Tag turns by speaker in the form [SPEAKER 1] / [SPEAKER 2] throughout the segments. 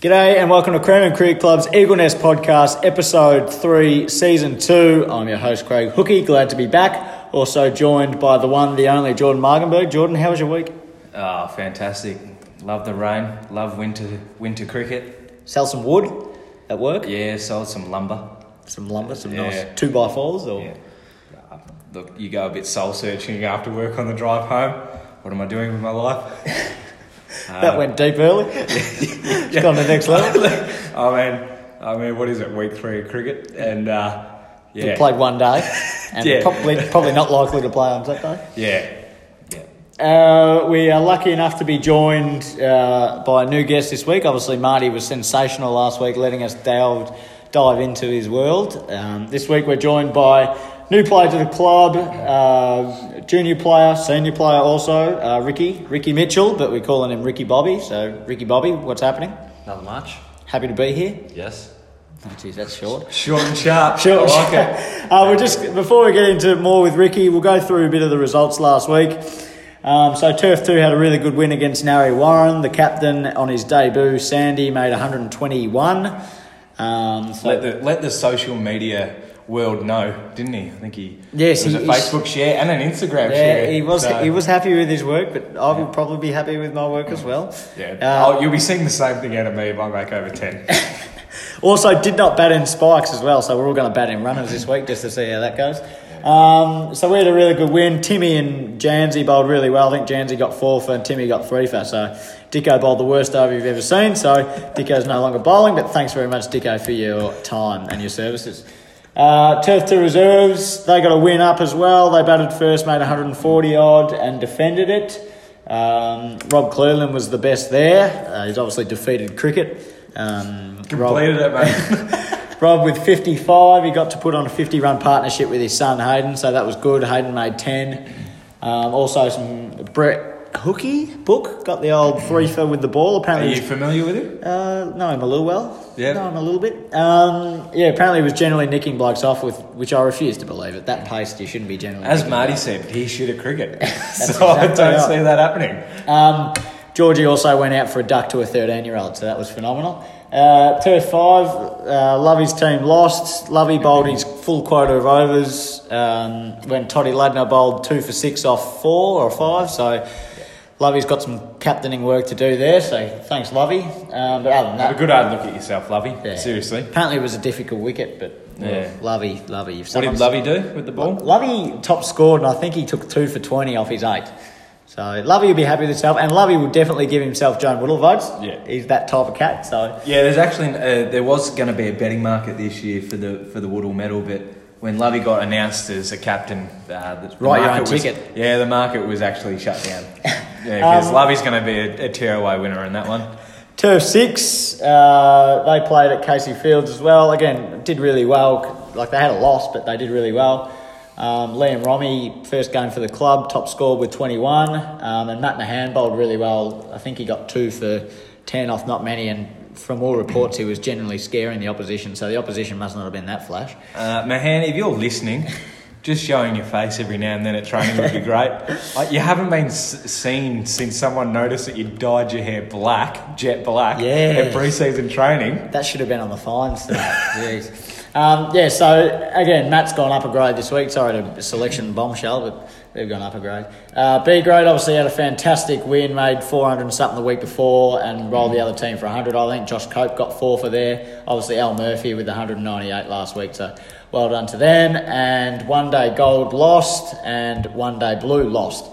[SPEAKER 1] G'day and welcome to Cranman Cricket Club's Eagle Nest Podcast, Episode 3, Season 2. I'm your host, Craig Hookie. Glad to be back. Also joined by the one, the only, Jordan Margenberg. Jordan, how was your week?
[SPEAKER 2] Ah, fantastic. Love the rain. Love winter winter cricket.
[SPEAKER 1] Sell some wood at work?
[SPEAKER 2] Yeah, sold some lumber.
[SPEAKER 1] Some lumber, some nice
[SPEAKER 2] Yeah.
[SPEAKER 1] 2 by 4s or
[SPEAKER 2] Yeah. Uh, Look, you go a bit soul searching after work on the drive home. What am I doing with my life? Uh,
[SPEAKER 1] That went deep early. It's gone to the next level.
[SPEAKER 2] I mean, I mean, what is it? Week three of cricket, and uh, yeah,
[SPEAKER 1] We played one day and
[SPEAKER 2] Yeah.
[SPEAKER 1] probably, probably not likely to play on Saturday.
[SPEAKER 2] yeah, yeah.
[SPEAKER 1] Uh, we are lucky enough to be joined uh, by a new guest this week. Obviously, Marty was sensational last week, letting us delve, dive into his world. Um, this week, we're joined by new player to the club, uh, junior player, senior player, also uh, Ricky, Ricky Mitchell, but we're calling him Ricky Bobby. So, Ricky Bobby, what's happening?
[SPEAKER 3] Another match?
[SPEAKER 1] Happy to be here.
[SPEAKER 3] Yes.
[SPEAKER 1] Oh, geez, that's short.
[SPEAKER 2] Short and sharp.
[SPEAKER 1] Sure.
[SPEAKER 2] I like it.
[SPEAKER 1] uh, we're just before we get into more with Ricky, we'll go through a bit of the results last week. Um, so Turf Two had a really good win against Nari Warren. The captain on his debut, Sandy, made 121. Um, so
[SPEAKER 2] Let the let the social media world know, didn't he? I think he.
[SPEAKER 1] Yes,
[SPEAKER 2] it was
[SPEAKER 1] he-
[SPEAKER 2] a Facebook share and an Instagram
[SPEAKER 1] yeah,
[SPEAKER 2] share.
[SPEAKER 1] he was
[SPEAKER 2] so-
[SPEAKER 1] he was happy with his work, but I will probably be happy with my work as well.
[SPEAKER 2] Yeah,
[SPEAKER 1] Uh,
[SPEAKER 2] oh, you'll be seeing the same thing out of me if I make over ten.
[SPEAKER 1] Also, did not bat in spikes as well, so we're all going to bat in runners this week just to see how that goes. Um, so we had a really good win. Timmy and Jansy bowled really well. I think Jansy got four for and Timmy got three for. So Dicko bowled the worst over you've ever seen. So Dicko's no longer bowling, but thanks very much, Dicko, for your time and your services. Uh, Turf to reserves, they got a win up as well. They batted first, made 140 odd, and defended it. Um, Rob Cleland was the best there. Uh, he's obviously defeated cricket. Um, Rob-
[SPEAKER 2] Completed it, mate.
[SPEAKER 1] Rob with 55, he got to put on a 50 run partnership with his son Hayden, so that was good. Hayden made 10. Um, also, some Brett Hookie book got the old three for with the ball.
[SPEAKER 2] Are
[SPEAKER 1] Apparently,
[SPEAKER 2] you familiar with him?
[SPEAKER 1] uh, know him a little well.
[SPEAKER 2] Yeah.
[SPEAKER 1] Know him a little bit. Um, yeah, apparently, he was generally nicking blokes off with, which I refuse to believe. At that pace, you shouldn't be generally.
[SPEAKER 2] As
[SPEAKER 1] nicking
[SPEAKER 2] Marty said, he shoot at cricket, so I
[SPEAKER 1] exactly
[SPEAKER 2] don't
[SPEAKER 1] right.
[SPEAKER 2] see that happening.
[SPEAKER 1] Um, Georgie also went out for a duck to a 13 year old, so that was phenomenal. Uh, Perth 5, uh, Lovey's team lost. Lovey bowled his full quota of overs um, when Toddy Ladner bowled two for six off four or five, so Lovey's got some captaining work to do there, so thanks, Lovey. Um, but other than
[SPEAKER 2] Have a
[SPEAKER 1] that,
[SPEAKER 2] good hard look at yourself, Lovey.
[SPEAKER 1] yeah.
[SPEAKER 2] Seriously,
[SPEAKER 1] Apparently it was a difficult wicket, but
[SPEAKER 2] Yeah.
[SPEAKER 1] Lovey, Lovey. If
[SPEAKER 2] what did
[SPEAKER 1] someone's-
[SPEAKER 2] Lovey do with the ball?
[SPEAKER 1] Lovey top scored, and I think he took two for 20 off his eight. So Lovey will be happy with himself, and Lovey will definitely give himself John Whittle votes.
[SPEAKER 2] Yeah.
[SPEAKER 1] He's that type of cat, so.
[SPEAKER 2] Yeah, there's actually uh, there was going to be a betting market this year for the for the Woodall Medal, but when Lovey got announced as a captain, uh, the, the
[SPEAKER 1] Write your
[SPEAKER 2] market
[SPEAKER 1] own
[SPEAKER 2] was,
[SPEAKER 1] ticket.
[SPEAKER 2] Yeah, the market was actually shut down. Yeah, because
[SPEAKER 1] Um,
[SPEAKER 2] Lovey's going to be a, a tearaway winner in that one.
[SPEAKER 1] Turf 6, uh, they played at Casey Fields as well. Again, did really well. Like, they had a loss, but they did really well. Um, Liam Romy, first game for the club, top scored with 21. Um, and Matt Nahan bowled really well. I think he got two for 10 off not many, and from all reports, he was generally scaring the opposition, so the opposition must not have been that flash.
[SPEAKER 2] Uh, Mahan, if you're listening, just showing your face every now and then at training would be great. Like, you haven't been s- seen since someone noticed that you dyed your hair black, jet black,
[SPEAKER 1] Yes.
[SPEAKER 2] at pre-season training.
[SPEAKER 1] That should have been on the fines. though. Jeez. Um, yeah, so again, Matt's gone up a grade this week. Sorry to selection bombshell, but they've gone up a grade. Uh, B grade obviously had a fantastic win, made 400 and something the week before, and rolled the other team for 100. I think Josh Cope got four for there. Obviously, Al Murphy with the 198 last week, so well done to them. And one day gold lost, and one day blue lost.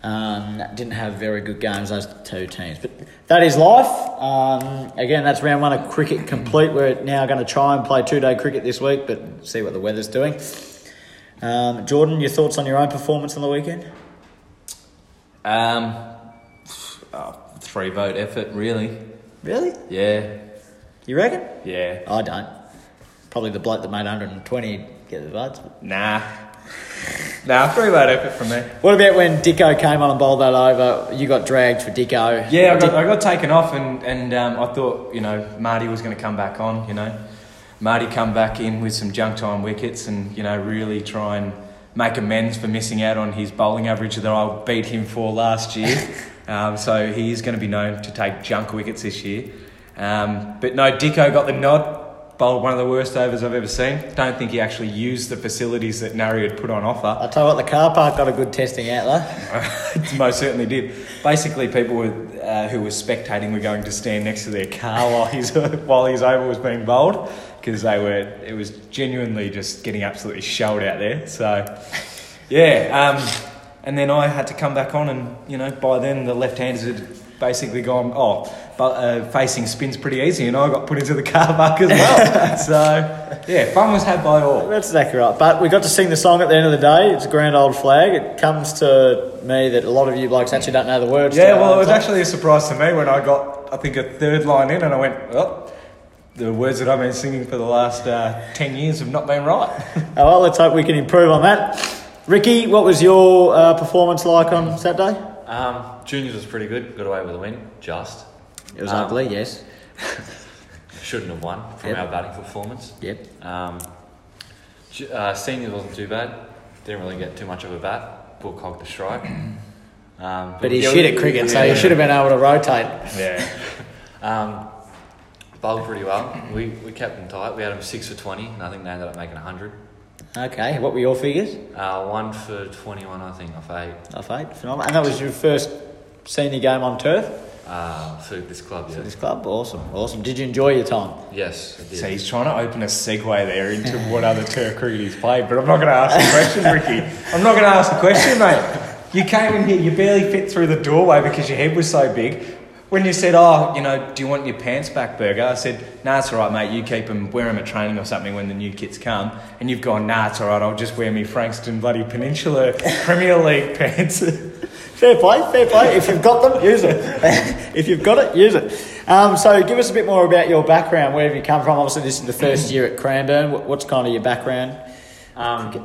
[SPEAKER 1] Um, didn't have very good games, those two teams. But that is life. Um, again, that's round one of cricket complete. We're now going to try and play two day cricket this week, but see what the weather's doing. Um, Jordan, your thoughts on your own performance on the weekend?
[SPEAKER 2] Um, oh, three vote effort, really?
[SPEAKER 1] Really?
[SPEAKER 2] Yeah,
[SPEAKER 1] You reckon?
[SPEAKER 2] yeah.
[SPEAKER 1] I don't. Probably the bloke that made 120 get the votes.
[SPEAKER 2] Nah, nah, three vote effort from me.
[SPEAKER 1] What about when Dicko came on and bowled that over? You got dragged for Dicko.
[SPEAKER 2] Yeah, I
[SPEAKER 1] Dick-
[SPEAKER 2] got, I got taken off, and, and um, I thought, you know, Marty was going to come back on, you know. Marty come back in with some junk time wickets and, you know, really try and make amends for missing out on his bowling average that I beat him for last year. um, so he is going to be known to take junk wickets this year. Um, but no, Dicko got the nod. Bowled one of the worst overs I've ever seen. Don't think he actually used the facilities that Nari had put on offer.
[SPEAKER 1] I tell you what, the car park got a good testing out though.
[SPEAKER 2] Most certainly did. Basically, people were, uh, who were spectating were going to stand next to their car while his while his over was being bowled because they were. It was genuinely just getting absolutely shelled out there. So, yeah. Um, and then I had to come back on, and you know, by then the left-handers had basically gone. Oh, but uh, facing spins pretty easy, and I got put into the car park as well. so, yeah, fun was had by all.
[SPEAKER 1] That's exactly right. But we got to sing the song at the end of the day. It's a grand old flag. It comes to me that a lot of you blokes actually don't know the words. to
[SPEAKER 2] Yeah,
[SPEAKER 1] it.
[SPEAKER 2] well, it was actually a surprise to me when I got, I think, a third line in, and I went, "Oh, the words that I've been singing for the last uh, ten years have not been right."
[SPEAKER 1] Oh, well, let's hope we can improve on that. Ricky, what was your uh, performance like on Saturday?
[SPEAKER 3] Um, juniors was pretty good. Got away with a win. Just
[SPEAKER 1] It was
[SPEAKER 3] Um,
[SPEAKER 1] ugly, yes.
[SPEAKER 3] shouldn't have won from
[SPEAKER 1] Yep.
[SPEAKER 3] our batting performance.
[SPEAKER 1] Yep.
[SPEAKER 3] Um, ju- uh, seniors wasn't too bad. Didn't really get too much of a bat. Book hogged the strike. Um,
[SPEAKER 1] But he's
[SPEAKER 3] yeah,
[SPEAKER 1] shit at cricket, so
[SPEAKER 3] yeah.
[SPEAKER 1] he should have been able to rotate.
[SPEAKER 2] yeah,
[SPEAKER 3] Um, bowled pretty well. We, we kept them tight. We had them six for twenty, and I think they ended up making hundred.
[SPEAKER 1] Okay, what were your figures?
[SPEAKER 3] Uh, one for twenty-one, I think, off eight
[SPEAKER 1] Off eight, phenomenal. And that was your first senior game on turf
[SPEAKER 3] uh, for this club.
[SPEAKER 1] for
[SPEAKER 3] Yeah.
[SPEAKER 1] this club? Awesome, awesome. Did you enjoy your time?
[SPEAKER 3] Yes, I did.
[SPEAKER 2] so he's trying to open a segue there into what other turf cricket he's played, but I'm not going to ask the question, Ricky. I'm not going to ask the question, mate. You came in here, you barely fit through the doorway because your head was so big. When you said, "Oh, you know, do you want your pants back, Burger?" I said, "Nah, it's all right, mate. You keep them, wear them at training or something when the new kits come." And you've gone, "Nah, it's all right. I'll just wear me Frankston bloody Peninsula Premier League pants."
[SPEAKER 1] Fair play, fair play. If you've got them, use it. if you've got it, use it. Um, so, give us a bit more about your background. Where have you come from? Obviously, this is the first year at Cranbourne. What- What's kind of your background?
[SPEAKER 3] Um,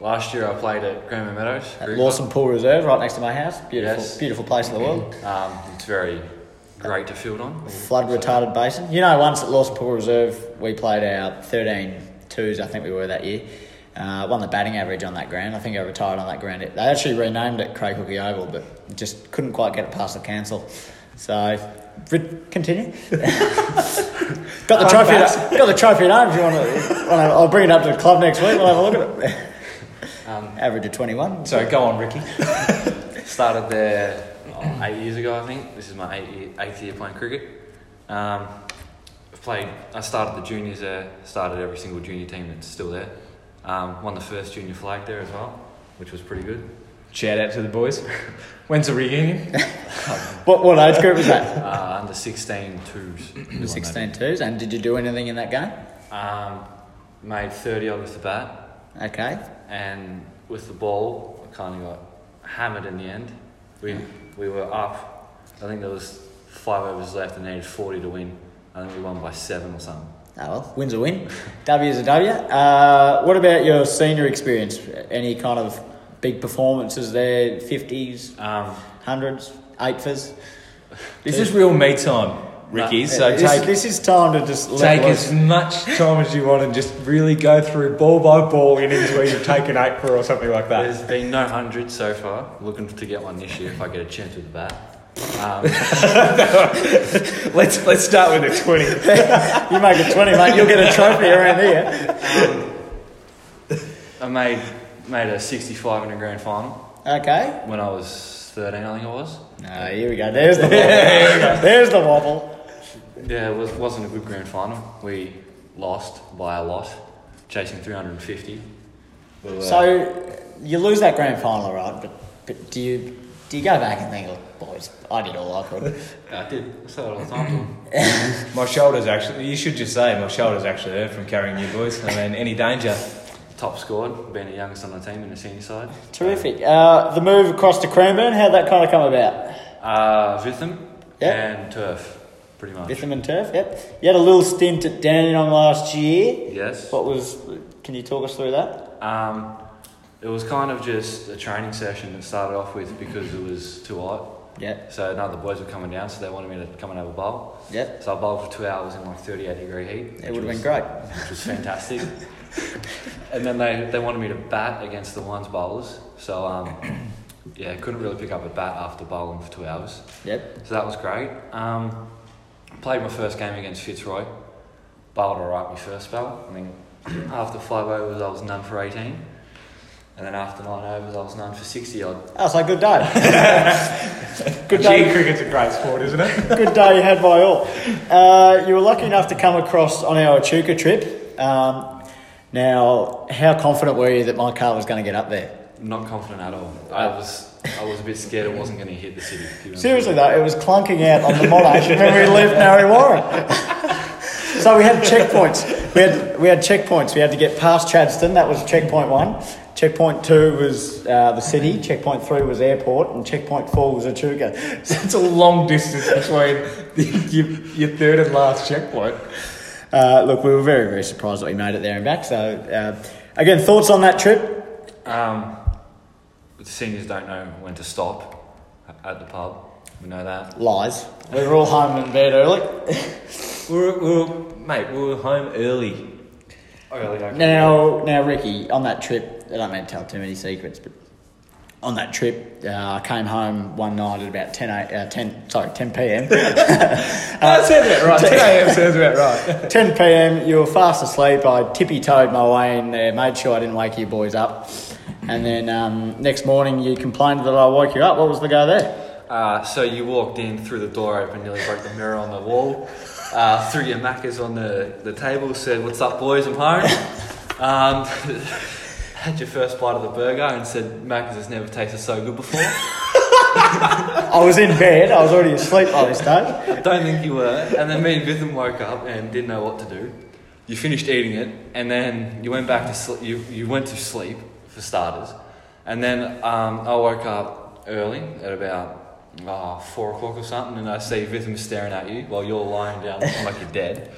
[SPEAKER 3] last year I played at Grandma Meadows.
[SPEAKER 1] At
[SPEAKER 3] Cricket
[SPEAKER 1] Lawson Pool Reserve, right next to my house. Beautiful,
[SPEAKER 3] Yes.
[SPEAKER 1] beautiful place in the world.
[SPEAKER 3] Club. Um, it's very great to field on.
[SPEAKER 1] Flood retarded basin. You know, once at Lawson Pool Reserve, we played our 13 twos, I think we were that year. Uh, won the batting average on that ground. I think I retired on that ground. It- They actually renamed it Craig Hookie Oval, but just couldn't quite get it past the council. So, re- continue. got the
[SPEAKER 2] Fun
[SPEAKER 1] trophy.
[SPEAKER 2] facts.
[SPEAKER 1] At, got the trophy at home. If you want to, I'll bring it up to the club next week. We'll have a look at it.
[SPEAKER 3] Um,
[SPEAKER 1] Average of 21.
[SPEAKER 2] so go on, Ricky.
[SPEAKER 3] started there oh, eight years ago, I think. This is my eight year, eighth year playing cricket. Um, I've played. I started the juniors there. Started every single junior team that's still there. Um, won the first junior flag there as well, which was pretty good.
[SPEAKER 2] Shout out to the boys. When's the reunion?
[SPEAKER 1] What, what age group was that?
[SPEAKER 3] Uh, under 16 twos.
[SPEAKER 1] The 16 twos. And did you do anything in that game?
[SPEAKER 3] Um, made 30 odd with the bat
[SPEAKER 1] Okay.
[SPEAKER 3] and with the ball, I kind of got hammered in the end. We we were up. I think there was five overs left and needed 40 to win. I think we won by seven or something.
[SPEAKER 1] Oh well, win's a win. W is a W. Uh, what about your senior experience? Any kind of big performances there? Fifties,
[SPEAKER 3] Um,
[SPEAKER 1] hundreds, eightfers.
[SPEAKER 2] This is real me time, Ricky. So
[SPEAKER 1] this,
[SPEAKER 2] take
[SPEAKER 1] this is time to just let
[SPEAKER 2] take
[SPEAKER 1] loose.
[SPEAKER 2] as much time as you want and just really go through ball by ball innings where you've taken eight for or something like that.
[SPEAKER 3] there's been no hundred so far. Looking to get one this year if I get a chance with the bat. Um,
[SPEAKER 2] Let's let's start with a twenty.
[SPEAKER 1] You make a twenty, mate. You'll get a trophy around here.
[SPEAKER 3] I made made a 65 in a grand final
[SPEAKER 1] Okay.
[SPEAKER 3] when I was 13, I think it was.
[SPEAKER 1] No, here we go. There's the wobble. There's the wobble.
[SPEAKER 3] Yeah, it was, wasn't a good grand final. We lost by a lot, chasing 350. We
[SPEAKER 2] uh,
[SPEAKER 3] were-
[SPEAKER 1] So you lose that grand final, right? But but do you do you go back and think, "Look, boys, I did all I could.
[SPEAKER 3] I did. I saw it all the time. to them.
[SPEAKER 2] My shoulders actually. You should just say my shoulders actually hurt from carrying you boys. I mean, any danger?
[SPEAKER 3] Top scored, being the youngest on the team in the senior side.
[SPEAKER 1] Terrific. Uh, the move across to Cranbourne, how'd that kind of come about?
[SPEAKER 3] Uh, Vitham
[SPEAKER 1] Yeah.
[SPEAKER 3] and Turf, pretty much.
[SPEAKER 1] Bitham and Turf, yep. You had a little stint at Dandenong last year.
[SPEAKER 3] Yes.
[SPEAKER 1] What was, can you talk us through that?
[SPEAKER 3] Um, it was kind of just a training session that started off with because it was too hot.
[SPEAKER 1] Yep,
[SPEAKER 3] So none of the boys were coming down, so they wanted me to come and have a bowl.
[SPEAKER 1] yep.
[SPEAKER 3] So I bowled for two hours in like 38 degree heat.
[SPEAKER 1] It
[SPEAKER 3] which
[SPEAKER 1] would have been
[SPEAKER 3] was-
[SPEAKER 1] great.
[SPEAKER 3] which was fantastic. and then they, they wanted me to bat against the ones bowlers. So, um, yeah, couldn't really pick up a bat after bowling for two hours.
[SPEAKER 1] Yep.
[SPEAKER 3] So that was great. Um, Played my first game against Fitzroy. Bowled alright my first spell. I think after five overs I was none for 18. And then after nine overs I was none for 60 odd.
[SPEAKER 1] That was a good day. good
[SPEAKER 2] Gee,
[SPEAKER 1] day.
[SPEAKER 2] cricket's a great sport, isn't it?
[SPEAKER 1] Good day you had by all. Uh, you were lucky enough to come across on our Echuca trip. Um, now, how confident were you that my car was going to get up there?
[SPEAKER 3] Not confident at all. I was I was a bit scared it wasn't going to hit the city. to be honest
[SPEAKER 1] Seriously
[SPEAKER 3] with you.
[SPEAKER 1] though, it was clunking out on the Monash when we left Narry Warren. so we had checkpoints. We had we had checkpoints. We had to get past Chadston. That was checkpoint one. Checkpoint two was uh, the city. Checkpoint three was airport, and checkpoint four was Echuca.
[SPEAKER 2] So it's a long distance between the, your, your third and last checkpoint.
[SPEAKER 1] Uh, look, we were very very surprised that we made it there and back. So uh, again, thoughts on that trip?
[SPEAKER 3] Um, the seniors don't know when to stop at the pub. We know that.
[SPEAKER 1] Lies. We were all home in bed early.
[SPEAKER 2] We were, we were, mate, we were home early.
[SPEAKER 3] Early,
[SPEAKER 1] Now, now, Ricky, on that trip, I don't mean to tell too many secrets, but on that trip, uh, I came home one night at about 10, a- uh, 10 sorry, 10 p.m.
[SPEAKER 2] that sounds about right. 10 a.m. sounds about right.
[SPEAKER 1] 10 p.m., you were fast asleep. I tippy-toed my way in there, made sure I didn't wake you boys up. And then um, next morning, you complained that I woke you up. What was the go there?
[SPEAKER 3] Uh, so you walked in through the door open, nearly broke the mirror on the wall, uh, threw your macas on the, the table, said, What's up, boys? I'm home. Um, had your first bite of the burger and said, Macca's has never tasted so good before.
[SPEAKER 1] I was in bed. I was already asleep by this stage.
[SPEAKER 3] I don't think you were. And then me and Vitham woke up and didn't know what to do. You finished eating it, and then you went back to sleep. You, you went to sleep for starters, and then um, I woke up early at about uh, four o'clock or something, and I see Vitham staring at you while you're lying down looking like you're dead.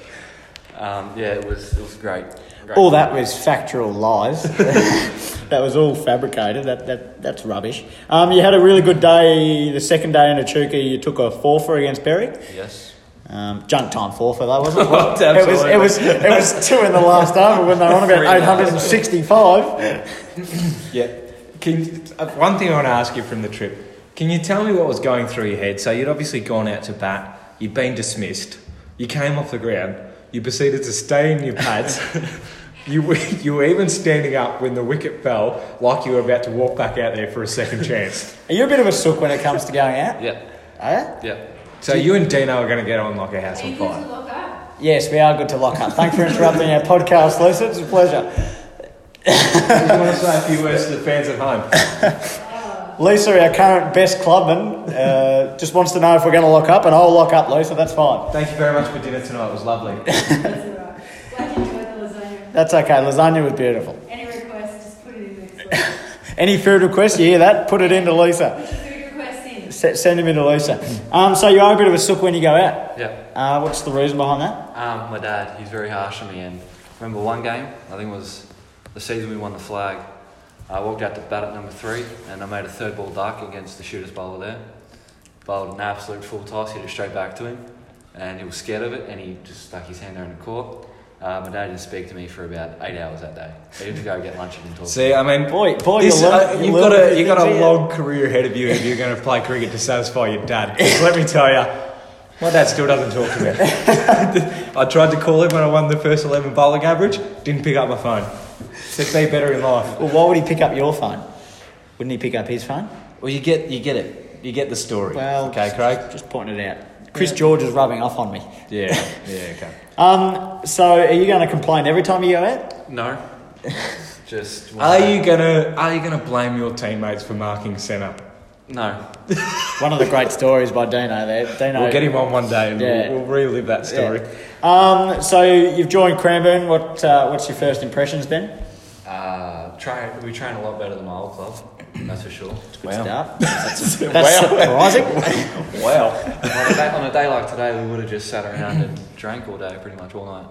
[SPEAKER 3] Um, yeah, it was it was great. great.
[SPEAKER 1] All that was factual lies. that was all fabricated. That, that that's rubbish. Um, you had a really good day. The second day in Echuca, you took a four for against Perry.
[SPEAKER 3] yes.
[SPEAKER 1] Um, junk time four for that, wasn't it? Was- it was
[SPEAKER 2] Absolutely.
[SPEAKER 1] it was it was two in the last over when they were on
[SPEAKER 3] Three
[SPEAKER 1] about
[SPEAKER 3] in
[SPEAKER 1] eight
[SPEAKER 3] the
[SPEAKER 1] hundred and sixty-five.
[SPEAKER 2] Yeah. Can, uh, one thing I want to ask you from the trip. Can you tell me what was going through your head? So you'd obviously gone out to bat. You'd been dismissed. You came off the ground. You proceeded to stay in your pads. you, were, you were even standing up when the wicket fell like you were about to walk back out there for a second chance.
[SPEAKER 1] Are you a bit of a sook when it comes to going out?
[SPEAKER 3] Yeah.
[SPEAKER 1] Are you?
[SPEAKER 3] Yeah.
[SPEAKER 2] So you and Dino are going to get on like a house
[SPEAKER 4] Are
[SPEAKER 2] on
[SPEAKER 4] you going
[SPEAKER 2] fire.
[SPEAKER 4] to lock up?
[SPEAKER 1] Yes, we are good to lock up. Thanks for interrupting our podcast, Lisa. It's a pleasure.
[SPEAKER 2] I want to say a few words to the fans at home.
[SPEAKER 1] Lisa, our current best clubman, uh, just wants to know if we're going to lock up, and I'll lock up, Lisa. That's fine.
[SPEAKER 2] Thank you very much for dinner tonight. It was lovely.
[SPEAKER 4] That's all right. Glad you enjoyed the lasagna.
[SPEAKER 1] That's okay. Lasagna was beautiful.
[SPEAKER 4] Any requests, just put it in next week.
[SPEAKER 1] Any food requests, you hear that? Put it into Lisa.
[SPEAKER 4] Put your requests in.
[SPEAKER 1] S- send them into Lisa. Um, so you are a bit of a sook when you go out.
[SPEAKER 3] Yeah.
[SPEAKER 1] Uh, what's the reason behind that?
[SPEAKER 3] Um, my dad, he's very harsh on me. And remember one game, I think it was the season we won the flag. I walked out to bat at number three, and I made a third ball duck against the shooter's bowler there. Bowled an absolute full toss, hit it straight back to him, and he was scared of it, and he just stuck his hand there in the court. Uh, my dad didn't speak to me for about eight hours that day. He had to go get lunch and talk.
[SPEAKER 2] See, I mean,
[SPEAKER 1] Boy- boy,
[SPEAKER 2] this-
[SPEAKER 1] you learn-
[SPEAKER 2] uh,
[SPEAKER 1] you
[SPEAKER 2] you've
[SPEAKER 1] learn
[SPEAKER 2] got a
[SPEAKER 1] things,
[SPEAKER 2] you got a
[SPEAKER 1] yeah.
[SPEAKER 2] long career ahead of you if you're going to play cricket to satisfy your dad. 'Cause let me tell you, my dad still doesn't talk to me. I tried to call him when I won the first eleven bowling average. Didn't pick up my phone. Said be better in life.
[SPEAKER 1] Well, why would he pick up your phone? Wouldn't he pick up his phone?
[SPEAKER 2] Well, you get you get it. You get the story.
[SPEAKER 1] Well,
[SPEAKER 2] okay, Craig.
[SPEAKER 1] Just pointing it out. Chris George is rubbing off on me.
[SPEAKER 2] Yeah, yeah, okay.
[SPEAKER 1] Um, so are you going to complain every time you go out?
[SPEAKER 3] No. just.
[SPEAKER 2] Are you gonna are you gonna blame your teammates for marking centre?
[SPEAKER 3] No.
[SPEAKER 1] One of the great stories by Dino there. Dino.
[SPEAKER 2] We'll get him on one day and
[SPEAKER 1] Yeah.
[SPEAKER 2] we'll, we'll relive that story.
[SPEAKER 1] Um, so you've joined Cranbourne. What, uh, what's your first impressions, Ben?
[SPEAKER 3] Uh, try, we train a lot better than my old club, that's for sure.
[SPEAKER 1] Good
[SPEAKER 2] Wow.
[SPEAKER 1] start. That's, that's surprising.
[SPEAKER 2] Wow.
[SPEAKER 3] on, a day, on a day like today, we would have just sat around and drank all day, pretty much all night.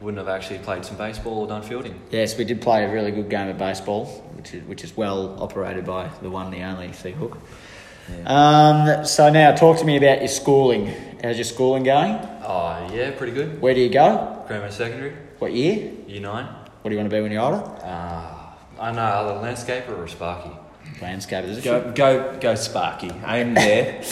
[SPEAKER 3] Wouldn't have actually played some baseball or done fielding.
[SPEAKER 1] yes, we did play a really good game of baseball, which is, which is well operated by the one, the only Sea Hook. Um, so now talk to me about your schooling. How's your schooling going?
[SPEAKER 3] Oh, yeah, pretty good.
[SPEAKER 1] Where do you go?
[SPEAKER 3] Grammar secondary,
[SPEAKER 1] What year?
[SPEAKER 3] year nine.
[SPEAKER 1] What do you want to be when you're older?
[SPEAKER 3] Uh, I know either landscaper or a sparky.
[SPEAKER 1] Landscape. Is it?
[SPEAKER 2] Go go go Sparky. Aim there.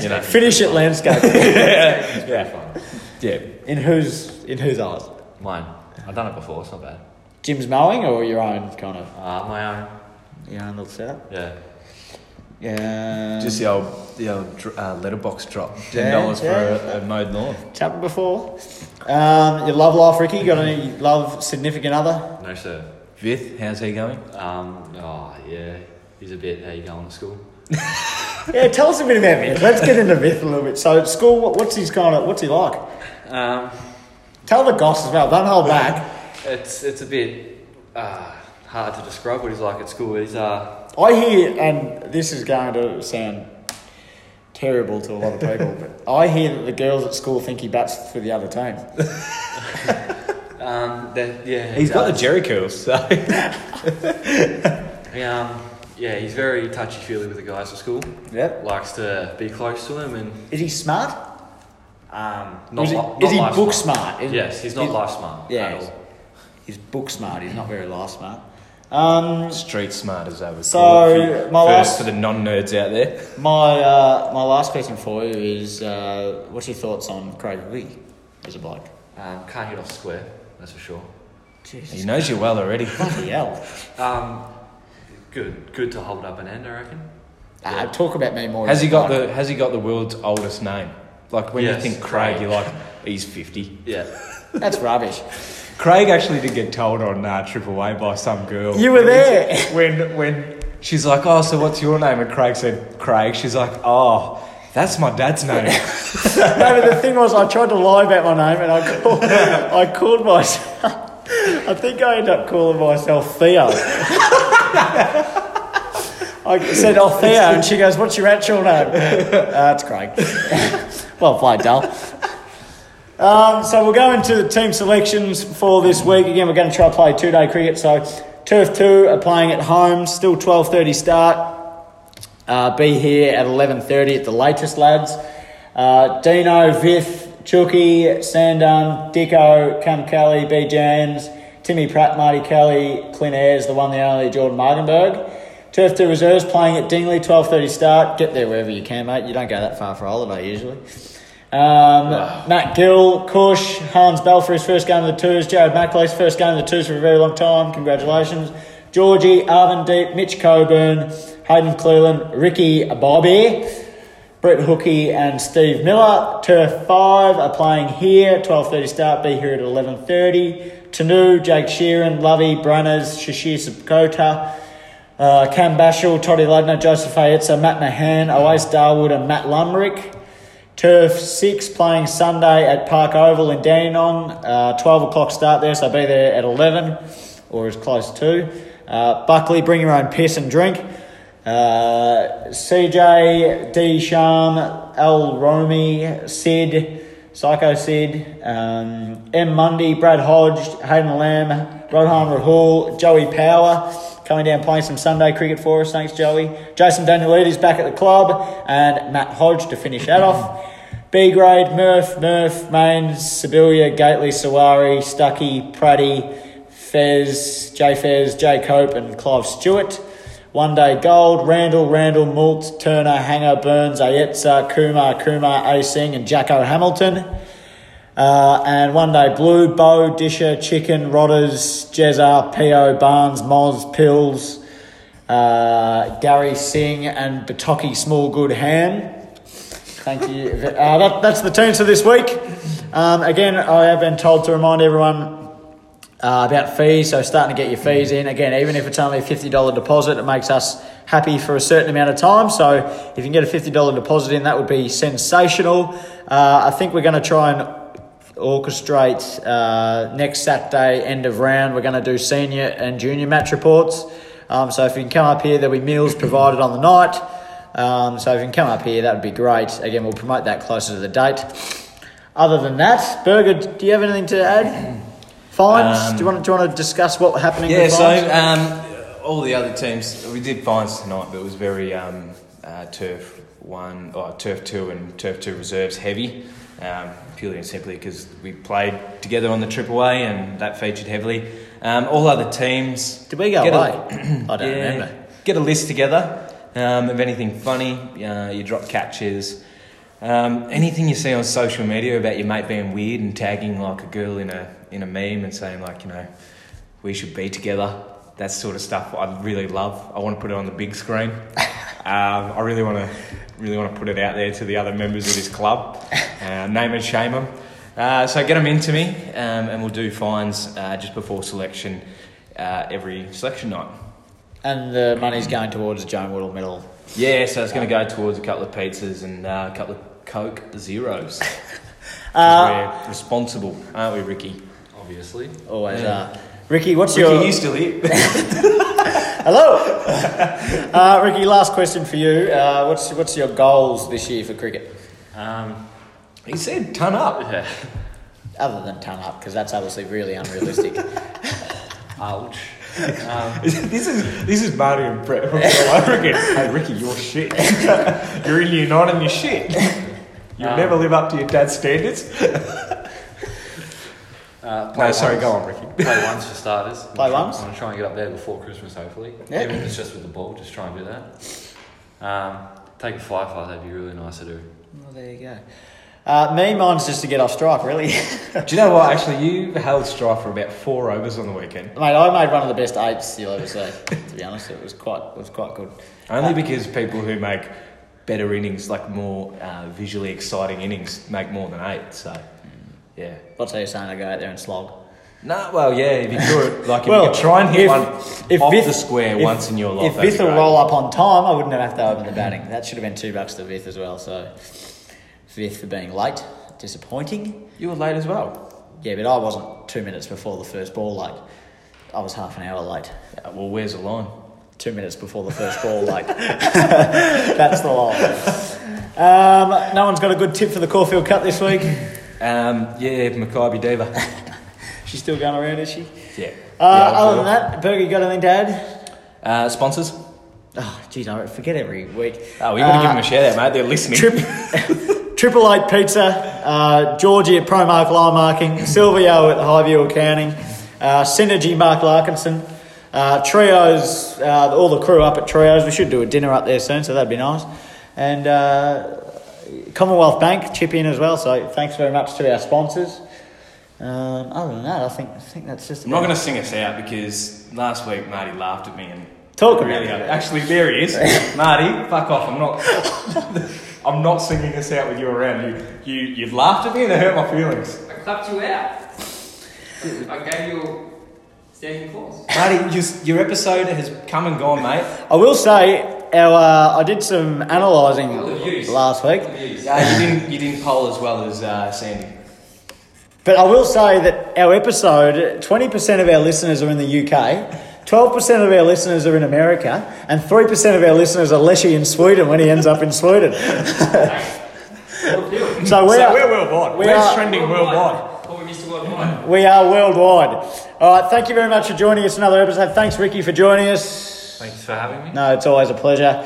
[SPEAKER 2] You know.
[SPEAKER 1] Finish it landscape.
[SPEAKER 3] yeah. yeah.
[SPEAKER 2] Yeah.
[SPEAKER 1] in whose in whose eyes?
[SPEAKER 3] Mine. I've done it before, it's not bad.
[SPEAKER 1] Jim's mowing or your own kind of
[SPEAKER 3] Uh, my own.
[SPEAKER 1] your own little setup?
[SPEAKER 3] Yeah.
[SPEAKER 1] Yeah.
[SPEAKER 2] Just the old, the old dr- uh, letterbox drop. $10
[SPEAKER 1] Yeah,
[SPEAKER 2] for
[SPEAKER 1] yeah.
[SPEAKER 2] A, a mowed lawn.
[SPEAKER 1] it's happened before. Um, your love life, Ricky. You got any love significant other?
[SPEAKER 3] No, sir.
[SPEAKER 2] Vith, how's he going?
[SPEAKER 3] Um, oh, yeah. He's a bit, how you going to school?
[SPEAKER 1] Yeah, tell us a bit about Myth. Let's get into Myth a little bit. So at school, what, what's his kind of what's he like?
[SPEAKER 3] Um,
[SPEAKER 1] Tell the goss as well. Don't hold back.
[SPEAKER 3] it's, it's a bit uh, hard to describe what he's like at school. He's, uh,
[SPEAKER 1] I hear, and this is going to sound terrible to a lot of people, but I hear that the girls at school think he bats for the other team.
[SPEAKER 3] um, that, yeah.
[SPEAKER 2] He's got the
[SPEAKER 3] does.
[SPEAKER 2] jerry curls, so.
[SPEAKER 3] He, um, yeah, he's very touchy-feely with the guys at school.
[SPEAKER 1] Yep.
[SPEAKER 3] Likes to be close to him and
[SPEAKER 1] Is he smart?
[SPEAKER 3] um, not,
[SPEAKER 1] Or is he,
[SPEAKER 3] li- not
[SPEAKER 1] is he
[SPEAKER 3] life
[SPEAKER 1] book
[SPEAKER 3] smart.
[SPEAKER 1] smart? Is-
[SPEAKER 3] Yes, he's not
[SPEAKER 1] is-
[SPEAKER 3] life smart
[SPEAKER 1] Yeah,
[SPEAKER 3] at
[SPEAKER 1] he's,
[SPEAKER 3] all. Um,
[SPEAKER 1] he's book smart. He's not very life smart. Um,
[SPEAKER 2] Street smart as I was.
[SPEAKER 1] So, my
[SPEAKER 2] my
[SPEAKER 1] last-
[SPEAKER 2] first for the non-nerds out there.
[SPEAKER 1] my uh, my last question for you is, uh, what's your thoughts on Craig Lee as a bloke?
[SPEAKER 3] Um, can't hit off square, that's for sure.
[SPEAKER 1] Jesus,
[SPEAKER 2] He knows you well already.
[SPEAKER 1] bloody hell!
[SPEAKER 3] Um, good, good to hold up an end, I reckon.
[SPEAKER 1] Uh, talk about me more.
[SPEAKER 2] Has
[SPEAKER 1] as
[SPEAKER 2] he
[SPEAKER 1] a
[SPEAKER 2] got
[SPEAKER 1] bloke.
[SPEAKER 2] the Has he got the world's oldest name? Like when
[SPEAKER 3] Yes,
[SPEAKER 2] you think Craig,
[SPEAKER 3] Craig.
[SPEAKER 2] you're like, he's fifty.
[SPEAKER 3] Yeah.
[SPEAKER 1] That's rubbish.
[SPEAKER 2] Craig actually did get told on uh, Triple A by some girl.
[SPEAKER 1] You were there.
[SPEAKER 2] when when she's like, oh, so what's your name? And Craig said Craig. She's like, oh, that's my dad's name.
[SPEAKER 1] no, but the thing was, I tried to lie about my name, and I called, I called myself. I think I ended up calling myself Theo. I said, "Oh, Theo," and she goes, "What's your actual name?" uh, it's Craig. well played, Dal. Um, so we'll go into the team selections for this week. Again, we're going to try to play two-day cricket. So Turf Two are playing at home. Still twelve thirty start. Uh, be here at 11.30 at the latest, lads. Uh, Dino, Vith, Chucky, Sandon, Dicko, Cam Kelly, B. Jans, Timmy Pratt, Marty Kelly, Clint Ayres, the one, the only, Jordan Margenberg. Turf 2 Reserves playing at Dingley, 12.30 start. Get there wherever you can, mate. You don't go that far for a holiday, usually. Um, Matt Gill, Kush, Hans Bell for his first game of the twos, Jared Mackley's first game of the twos for a very long time. Congratulations. Georgie, Arvin Deep, Mitch Coburn, Hayden Cleland, Ricky Bobby, Brett Hookie and Steve Miller. Turf 5 are playing here, 12.30 start, be here at 11.30. Tanu, Jake Sheeran, Lovey, Branners, Shashir Subkota, uh, Cam Bashall, Toddy Ludner, Joseph Ayetza, Matt Mahan, Oase Darwood, and Matt Lumrick. Turf 6 playing Sunday at Park Oval in Dandenong. Uh, 12 o'clock start there, so be there at 11 or as close to. Uh, Buckley, bring your own piss and drink. Uh, CJ, D. Sham, L. Romy, Sid, Psycho Sid, um, M. Mundy, Brad Hodge, Hayden Lamb, Rohan Rahul, Joey Power coming down playing some Sunday cricket for us. Thanks, Joey. Jason Danielides back at the club, and Matt Hodge to finish that off. B grade, Murph, Murph, Main, Sibilia, Gately, Sawari, Stuckey, Pratty, Fez, J Fez, J Cope, and Clive Stewart. One Day Gold, Randall, Randall, Malt, Turner, Hanger, Burns, Ayetza, Kumar, Kumar, A Singh, and Jacko Hamilton. Uh, and One Day Blue, Bo, Disher, Chicken, Rodders, Jezza, P.O. Barnes, Moz, Pills, uh, Gary Singh, and Batoki Small Good Ham. Thank you. Uh, that, that's the teams for this week. Um, again, I have been told to remind everyone uh, about fees, so starting to get your fees in. Again, even if it's only a $50 deposit, it makes us happy for a certain amount of time. So if you can get a $50 deposit in, that would be sensational. Uh, I think we're going to try and orchestrate uh, next Saturday, end of round. We're going to do senior and junior match reports. Um, so if you can come up here, there'll be meals provided on the night. Um, so if you can come up here, that would be great. Again, we'll promote that closer to the date. Other than that, Berger, do you have anything to add? Fines? do you want to do you want to discuss what happening?
[SPEAKER 2] Um, Yeah,
[SPEAKER 1] with fines?
[SPEAKER 2] so um, all the other teams, we did finds tonight, but it was very um, uh, turf one, or turf two, and turf two reserves heavy, um, purely and simply because we played together on the triple A, and that featured heavily. Um, all other teams.
[SPEAKER 1] Did we go
[SPEAKER 2] get a-
[SPEAKER 1] away? I I don't remember.
[SPEAKER 2] Get a list together um, of anything funny, uh, your drop catches, Um, anything you see on social media about your mate being weird and tagging like a girl in a in a meme and saying like you know we should be together, that sort of stuff. I really love. I want to put it on the big screen. Um, I really want to really want to put it out there to the other members of this club. Uh, name and shame them. Uh, so get them into me, um, and we'll do fines uh, just before selection uh, every selection night.
[SPEAKER 1] And the money's going towards the Joan Woodall Medal.
[SPEAKER 2] Yeah, so it's going to go towards a couple of pizzas and uh, a couple of Coke Zeros. 'Cause
[SPEAKER 1] Uh,
[SPEAKER 2] we're responsible, aren't we, Ricky?
[SPEAKER 3] obviously.
[SPEAKER 1] Always
[SPEAKER 2] Yeah.
[SPEAKER 1] are. Ricky, what's
[SPEAKER 2] Ricky,
[SPEAKER 1] your
[SPEAKER 2] you still here?
[SPEAKER 1] hello? uh, Ricky, last question for you. Uh, what's what's your goals this year for cricket,
[SPEAKER 3] Um,
[SPEAKER 2] he said, "Ton up."
[SPEAKER 3] yeah.
[SPEAKER 1] other than ton up? Because that's obviously really unrealistic.
[SPEAKER 3] Ouch. Um,
[SPEAKER 2] this is this is Marty and Brett from all over again. Hey, Ricky, you're shit. you're in your night and you're shit. You'll
[SPEAKER 3] Um,
[SPEAKER 2] never live up to your dad's standards.
[SPEAKER 3] uh, play
[SPEAKER 2] No, sorry,
[SPEAKER 3] ones.
[SPEAKER 2] go on, Ricky.
[SPEAKER 3] Play ones for starters.
[SPEAKER 1] Play
[SPEAKER 3] I'm try-
[SPEAKER 1] ones?
[SPEAKER 3] I'm going to try and get up there before Christmas, hopefully.
[SPEAKER 1] Yeah.
[SPEAKER 3] Even if it's just with the ball, just try and do that. Um, take a fly fight, that'd be really nice to do.
[SPEAKER 1] well, there you go. Uh, me, mine's just to get off strike, really.
[SPEAKER 2] Do you know what? Actually, you held strife for about four overs on the weekend.
[SPEAKER 1] Mate, I made one of the best eights you'll ever see. To be honest, it was quite it was quite good.
[SPEAKER 2] Only because people who make better innings, like more uh, visually exciting innings, make more than eight. So, yeah.
[SPEAKER 1] What's you saying? I go out there and slog.
[SPEAKER 2] No, well, yeah, if you could, like, if
[SPEAKER 1] Well,
[SPEAKER 2] you could try and hit
[SPEAKER 1] if-
[SPEAKER 2] one
[SPEAKER 1] if
[SPEAKER 2] off
[SPEAKER 1] Vith-
[SPEAKER 2] the square
[SPEAKER 1] if-
[SPEAKER 2] once in your life.
[SPEAKER 1] If
[SPEAKER 2] that'd be
[SPEAKER 1] Vith will
[SPEAKER 2] great.
[SPEAKER 1] roll up on time, I wouldn't have had to open the batting. That should have been two bucks to Vith as well. So Vith for being late, disappointing.
[SPEAKER 2] you were late as well.
[SPEAKER 1] Yeah, but I wasn't two minutes before the first ball late. I was half an hour late.
[SPEAKER 2] Yeah, well, where's the line?
[SPEAKER 1] Two minutes before the first ball late. That's the line. Um, no one's got a good tip for the Caulfield Cup this week.
[SPEAKER 2] Um, yeah, Maccabi Diva.
[SPEAKER 1] She's still going around, is she?
[SPEAKER 2] yeah.
[SPEAKER 1] Uh, other than that, Berger, you got anything to add?
[SPEAKER 2] that, uh, sponsors.
[SPEAKER 1] Oh, geez, I forget every week.
[SPEAKER 2] Oh, we got to give
[SPEAKER 1] Uh,
[SPEAKER 2] them a shout out, mate. They're listening.
[SPEAKER 1] Trip, Triple Eight Pizza, uh, Georgie at Promark Line Marking, Silvio at Highview Accounting, uh, Synergy Mark Larkinson, uh, Trios, uh, all the crew up at Trios. We should do a dinner up there soon, so that'd be nice. And uh, Commonwealth Bank chip in as well. So thanks very much to our sponsors. Um, other than that, I think I think that's just.
[SPEAKER 2] I'm not
[SPEAKER 1] about-
[SPEAKER 2] going to sing us out because last week Marty laughed at me and
[SPEAKER 1] Talk about
[SPEAKER 2] really.
[SPEAKER 1] it.
[SPEAKER 2] Actually, there he is, Marty. Fuck off! I'm not. I'm not singing this out with you around. You, you, you've laughed at me and it hurt my feelings.
[SPEAKER 5] I clapped you out. I gave you a standing applause.
[SPEAKER 2] Marty, your, your episode has come and gone, mate.
[SPEAKER 1] I will say, our uh, I did some analysing
[SPEAKER 5] Well, the views.
[SPEAKER 1] last week.
[SPEAKER 5] The views.
[SPEAKER 2] Uh, you didn't, you didn't poll as well as uh, Sandy.
[SPEAKER 1] But I will say that our episode, 20% of our listeners are in the UK, 12% of our listeners are in America, and 3% of our listeners are Leshy in Sweden when he ends up in Sweden.
[SPEAKER 5] Well, you.
[SPEAKER 1] So we
[SPEAKER 2] so
[SPEAKER 1] are,
[SPEAKER 2] we're worldwide.
[SPEAKER 1] we
[SPEAKER 2] We are
[SPEAKER 1] are-
[SPEAKER 2] trending worldwide.
[SPEAKER 5] What we missed worldwide.
[SPEAKER 1] we are worldwide. All right, thank you very much for joining us another episode. Thanks, Ricky, for joining us.
[SPEAKER 3] Thanks for having me.
[SPEAKER 1] No, it's always a pleasure.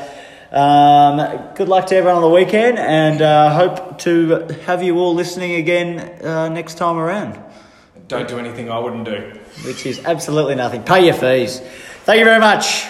[SPEAKER 1] Um, good luck to everyone on the weekend, and uh, hope to have you all listening again uh, next time around.
[SPEAKER 2] Don't do anything I wouldn't do.
[SPEAKER 1] which is absolutely nothing. Pay your fees. Thank you very much.